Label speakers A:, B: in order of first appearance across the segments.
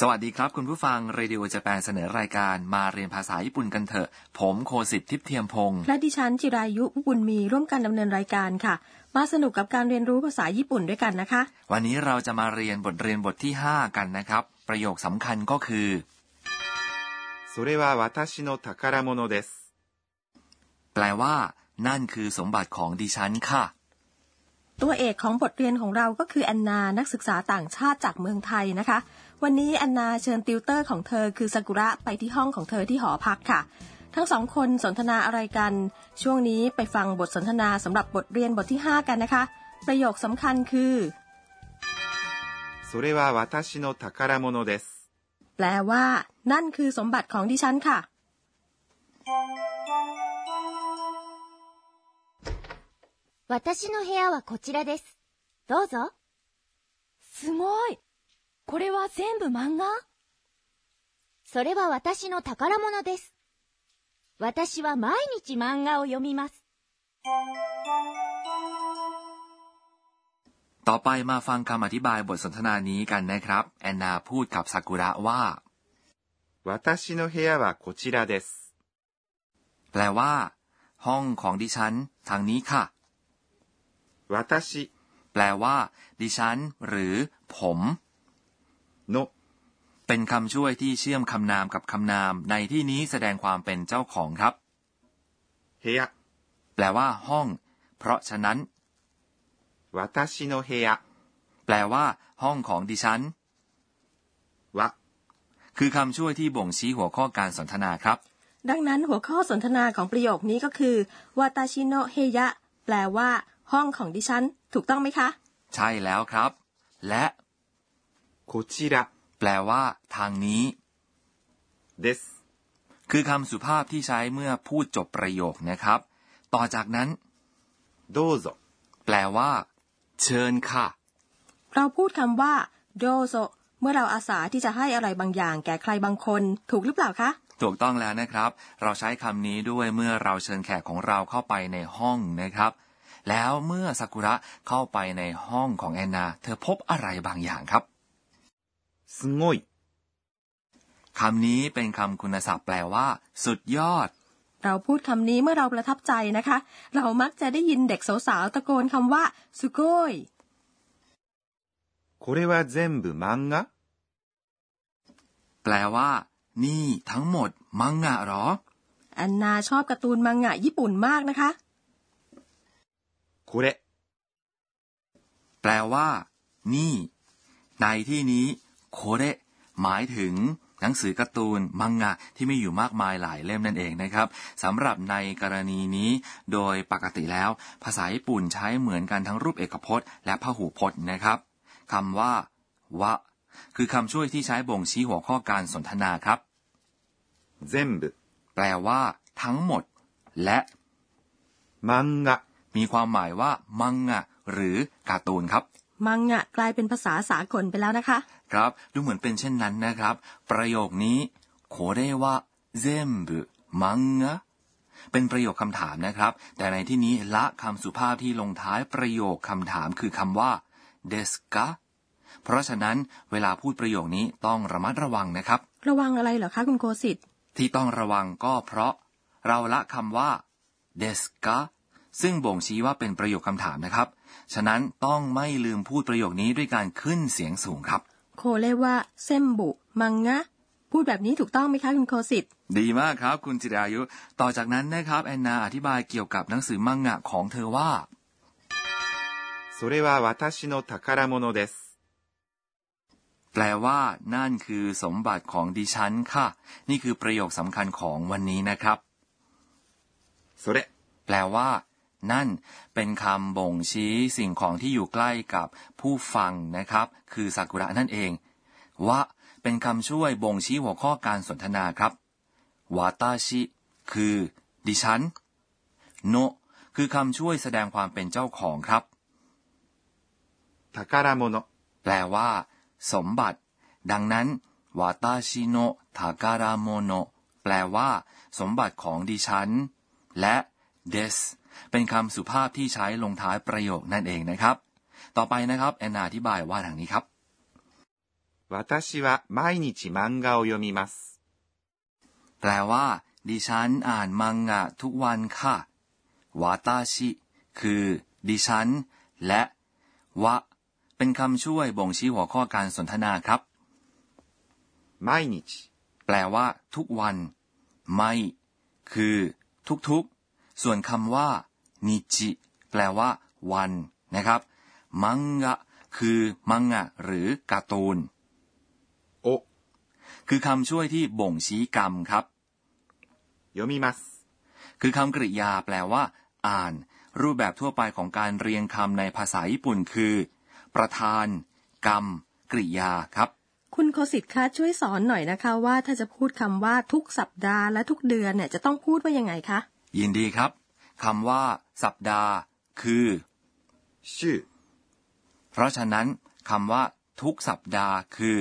A: สวัสดีครับ คุณผู้ฟังเรดิโอจะแปลเสนอรายการมาเรียนภาษาญี่ปุ่นกันเถอะ ผมโคสิทธิ์ทิพย์เทียมพงศ์
B: และดิฉันจิรายุผู้บุญมีร่วมกันดำเนินรายการค่ะ มาสนุกกับการเรียนรู้ภาษาญี่ปุ่นด้วยกันนะคะ
A: วันนี้เราจะมาเรียนบทเรียนบทที่ 5 กันนะครับ ประโยคสำคัญก็คือ
C: それは私の宝物です。
A: แปลว่า นั่นคือสมบัติของดิฉันค่ะ
B: ตัวเอกของบทเรียนของเราก็คือแอนนานักศึกษาต่างชาติจากเมืองไทยนะคะ วันนี้แอนนาเชิญติวเตอร์ของเธอคือซากุระไปที่ห้องของเธอที่หอพักค่ะ ทั้งสองคนสนทนาอะไรกัน ช่วงนี้ไปฟังบทสนทนาสำหรับบทเรียนบทที่ 5 กันนะคะ ประโยคสำคัญคือ
C: それは私の宝物です。
B: แปลว่า นั่นคือสมบัติของดิฉันค่ะ
D: 私の部屋はこちらです。どうぞ。すごい。これは全部漫画それは私の宝物です。私は毎日漫画を読みます。
A: ต่อไปมาฟังคำอธิบายบทสนทนานี้กันนะครับ แอนนาพูดกับซากุระว่า
C: 私の部屋はこちらです。
A: แปลว่า ห้องของดิฉัน ทางนี้ค่ะ
C: 私
A: แปลว่า ดิฉัน หรือ ผม
C: の
A: เป็นคำช่วยที่เชื่อมคำนามกับคำนาม ในที่นี้แสดงความเป็นเจ้าของครับ
C: 部屋、
A: แปลว่า ห้อง เพราะฉะนั้น
C: 私の部屋
A: แปลว่า ห้องของดิฉัน
C: は
A: คือคำช่วยที่บ่งชี้หัวข้อการสนทนาครับ
B: ดังนั้นหัวข้อสนทนาของประโยคนี้ก็คือวาตาชิโนเฮยะแปลว่า ห้องของดิฉัน ถูกต้องไหมคะ
A: ใช่แล้วครับ และ
C: こちら
A: แปลว่า ทางนี้
C: です。
A: คือคำสุภาพที่ใช้เมื่อพูดจบประโยคนะครับ ต่อจากนั้น
C: どうぞ。
A: แปลว่า เชิญค่ะ
B: เราพูดคำว่าโดโซเมื่อเราอาสาที่จะให้อะไรบางอย่าง แก่ใครบางคน ถูกหรือเปล่าคะ
A: ถูกต้องแล้วนะครับ เราใช้คำนี้ด้วยเมื่อเราเชิญแขกของเราเข้าไปในห้องนะครับ แล้วเมื่อซากุระเข้าไปในห้องของแอนนา เธอพบอะไรบางอย่างครับ
C: すごい。
A: คำนี้เป็นคำคุณศัพท์แปลว่า สุดยอด
B: เราพูดคำนี้เมื่อเราประทับใจนะคะ เรามักจะได้ยินเด็กสาวๆตะโกนคำว่าสุโกย
C: これは全部漫画
A: แปลว่า นี่ทั้งหมด มังงะเหรอ
B: แอนนาชอบการ์ตูนมังงะญี่ปุ่นมากนะคะ
C: これ、
A: แปลว่า นี่ ในที่นี้โคเระหมายถึง หนังสือการ์ตูนมังงะที่มีอยู่มากมายหลายเล่มนั่นเองนะครับสำหรับในกรณีนี้ โดยปกติแล้ว ภาษาญี่ปุ่นใช้เหมือนกันทั้งรูปเอกพจน์และพหูพจน์นะครับคำว่าวะ คือคำช่วยที่ใช้บ่งชี้หัวข้อการสนทนาครับ
C: 全部、
A: แปลว่า ทั้งหมด และ
C: 漫画、
A: มีความหมายว่า มังงะ หรือการ์ตูนครับ
B: มังงะกลายเป็นภาษาสากลไปแล้วนะคะ
A: ครับดูเหมือนเป็นเช่นนั้นนะครับ ประโยคนี้これは全部漫画เป็นประโยคคำถามนะครับ แต่ในที่นี้ละคำสุภาพที่ลงท้ายประโยคคำถามคือคำว่า desu ka เพราะฉะนั้นเวลาพูดประโยคนี้ต้องระมัดระวังนะครับ
B: ระวังอะไรเหรอคะคุณโกสิทธิ์
A: ที่ต้องระวังก็เพราะ เราละคำว่า desu ka ซึ่งบ่งชี้ว่าเป็นประโยคคำถามนะครับ ฉะนั้นต้องไม่ลืมพูดประโยคนี้ด้วยการขึ้นเสียงสูงครับ
B: โคเรวะเซมบุมังงะพูดแบบนี้ถูกต้องไหมคะคุณโกสิทธิ์
A: ดีมากครับคุณจิรายุ ต่อจากนั้นนะครับแอนนาอธิบายเกี่ยวกับหนังสือมังงะของเธอว่า
C: それは私の宝物です。
A: แปลว่า นั่นคือสมบัติของดิฉันค่ะ นี่คือประโยคสำคัญของวันนี้นะครับ
C: それ、
A: แปลว่า นั่น เป็นคำบ่งชี้สิ่งของที่อยู่ใกล้กับผู้ฟังนะครับ คือซากุระนั่นเอง วะ เป็นคำช่วยบ่งชี้หัวข้อการสนทนาครับวาตาชิ คือ ดิฉัน โนะคือคำช่วยแสดงความเป็นเจ้าของครับ
C: 宝物、
A: แปลว่า สมบัติ ดังนั้นวาตาชิโนทาการาโมโนแปลว่า สมบัติของดิฉัน และ des เป็นคำสุภาพที่ใช้ลงท้ายประโยคนั่นเองนะครับ ต่อไปนะครับ แอนนาอธิบายว่าดังนี้ครับ
C: 私は毎日漫画を読みます。
A: แปลว่า ดิฉันอ่านมังงะทุกวันค่ะวาตาชิ คือ ดิฉัน และวะเป็นคำช่วยบ่งชี้หัวข้อการสนทนาครับ
C: 毎日、
A: แปลว่า ทุกวัน ไม่ คือ ทุกๆ ส่วนคำว่านิจิแปลว่า วันนะครับ มังงะ คือมังงะ หรือการ์ตูน
C: を
A: คือคำช่วยที่บ่งชี้กรรมครับ
C: 読みます。
A: คือคำกริยาแปลว่า อ่าน รูปแบบทั่วไปของการเรียงคำในภาษาญี่ปุ่นคือ ประธาน กรรม กริยาครับ
B: คุณโคสิตคะช่วยสอนหน่อยนะคะ ว่าถ้าจะพูดคำว่าทุกสัปดาห์และทุกเดือนเนี่ยจะต้องพูดว่ายังไงคะ
A: ยินดีครับคำว่า สัปดาห์ คือ
C: 週、
A: เพราะฉะนั้นคำว่า ทุกสัปดาห์คือ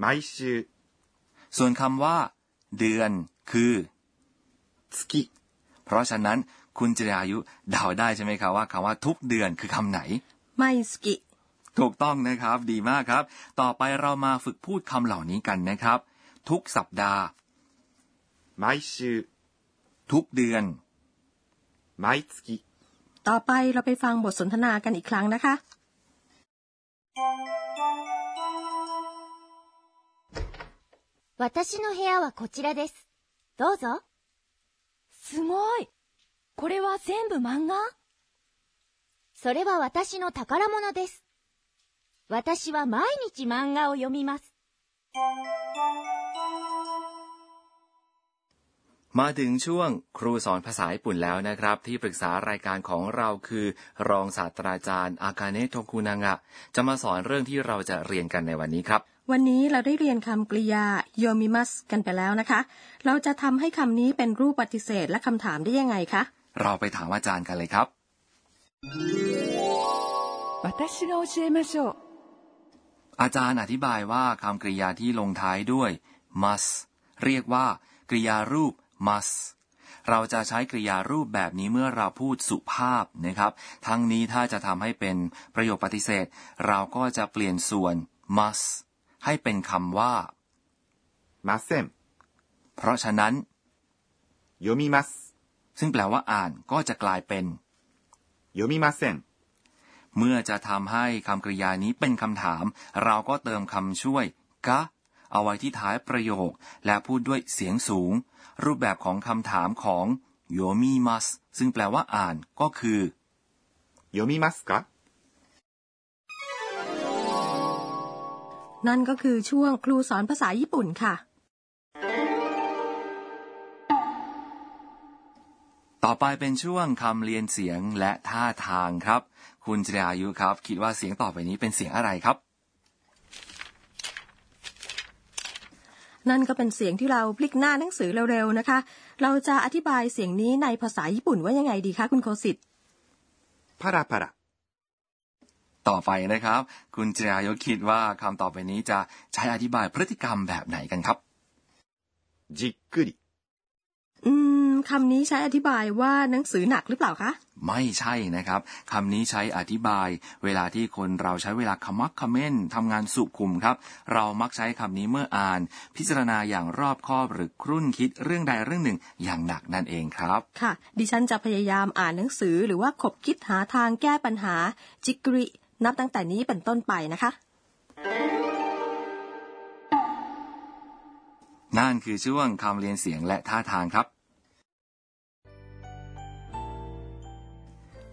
C: 毎週、
A: ส่วนคำว่า เดือนคือ
C: 月、
A: เพราะฉะนั้นคุณจิรายุเดาได้ใช่ไหมครับว่าคำว่าทุกเดือนคือคำไหน
B: ไมสกิ
A: ถูกต้องนะครับดีมากครับ ต่อไปเรามาฝึกพูดคำเหล่านี้กันนะครับ ทุกสัปดาห์
C: 毎週、
A: ทุกเดือน
C: 毎月。
B: ต่อไปเราไปฟังบทสนทนากันอีกครั้งนะคะ
D: 私の部屋はこちらです。どうぞ。すごい。これは全部漫画それは私の宝物です。私は毎日漫画を読みます。
A: มาถึงช่วงครูสอนภาษาญี่ปุ่นแล้วนะครับ ที่ปรึกษารายการของเราคือ รองศาสตราจารย์อากาเนะโทคุนางะ จะมาสอนเรื่องที่เราจะเรียนกันในวันนี้ครับ
B: วันนี้เราได้เรียนคำกริยา yomimas กันไปแล้วนะคะ เราจะทำให้คำนี้เป็นรูปปฏิเสธและคำถามได้ยังไงคะ
A: เราไปถามอาจารย์กันเลยครับ
E: 私が教えましょう。
A: อาจารย์อธิบายว่าคำกริยาที่ลงท้ายด้วย must เรียกว่า กริยารูป must เราจะใช้กริยารูปแบบนี้เมื่อเราพูดสุภาพนะครับ ทั้งนี้ถ้าจะทำให้เป็นประโยคปฏิเสธ เราก็จะเปลี่ยนส่วน must ให้เป็นคำว่า
C: ません。
A: เพราะฉะนั้น
C: 読みます。
A: ซึ่งแปลว่าอ่านก็จะกลายเป็น
C: 読みません。
A: เมื่อจะทำให้คำกริยานี้เป็นคำถาม เราก็เติมคำช่วยกะ เอาไว้ที่ท้ายประโยค และพูดด้วยเสียงสูง รูปแบบของคำถามของ yomimas ซึ่งแปลว่าอ่านก็คือ
C: 読みますか
B: นั่นก็คือช่วงครูสอนภาษาญี่ปุ่นค่ะ
A: ต่อไปเป็นช่วงคำเรียนเสียงและท่าทางครับ คุณจรายุครับ คิดว่าเสียงต่อไปนี้เป็นเสียงอะไรครับ
B: นั่นก็เป็นเสียงที่เราพลิกหน้าหนังสือเร็วๆนะคะ เราจะอธิบายเสียงนี้ในภาษาญี่ปุ่นว่ายังไงดีคะคุณโคสิต
C: パラパラ、
A: ต่อไปนะครับ คุณจรายุคิดว่าคำต่อไปนี้จะใช้อธิบายพฤติกรรมแบบไหนกันครับ
C: じっくり、
B: อืมคำนี้ใช้อธิบายว่าหนังสือหนักหรือเปล่าคะ
A: ไม่ใช่นะครับคำนี้ใช้อธิบาย เวลาที่คนเราใช้เวลาขมักเขม้นทำงานสุขุมครับ เรามักใช้คำนี้เมื่ออ่าน พิจารณาอย่างรอบคอบหรือครุ่นคิดเรื่องใดเรื่องหนึ่งอย่างหนักนั่นเองครับ
B: ค่ะ ดิฉันจะพยายามอ่านหนังสือหรือว่าขบคิดหาทางแก้ปัญหา จิกรินับตั้งแต่นี้เป็นต้นไปนะคะ
A: นั่นคือช่วงคำเรียนเสียงและท่าทางครับ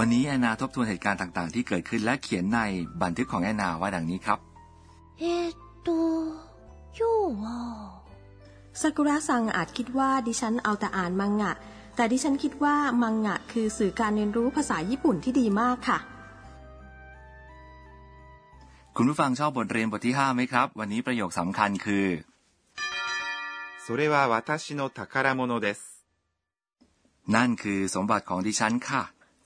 A: วันนี้แอนนาทบทวนเหตุการณ์ต่างๆ ที่เกิดขึ้นและเขียนในบันทึกของแอนนาว่าดังนี้ครับ
D: えー、っと、今日は、
B: ซากุระซังอาจคิดว่าดิฉันเอาแต่อ่านมังงะ แต่ดิฉันคิดว่ามังงะคือสื่อการเรียนรู้ภาษาญี่ปุ่นที่ดีมากค่ะ
A: คุณผู้ฟังชอบบทเรียนบทที่ห้าไหมครับ วันนี้ประโยคสำคัญคือ
C: それは私の宝物です。
A: นั่นคือสมบัติของดิฉันค่ะ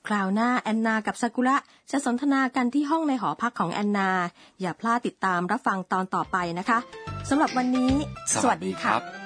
B: คราวหน้าแอนนากับซากุระจะสนทนากันที่ห้องในหอพักของแอนนา อย่าพลาดติดตามรับฟังตอนต่อไปนะคะสำหรับวันนี้
A: สวัสดีครับ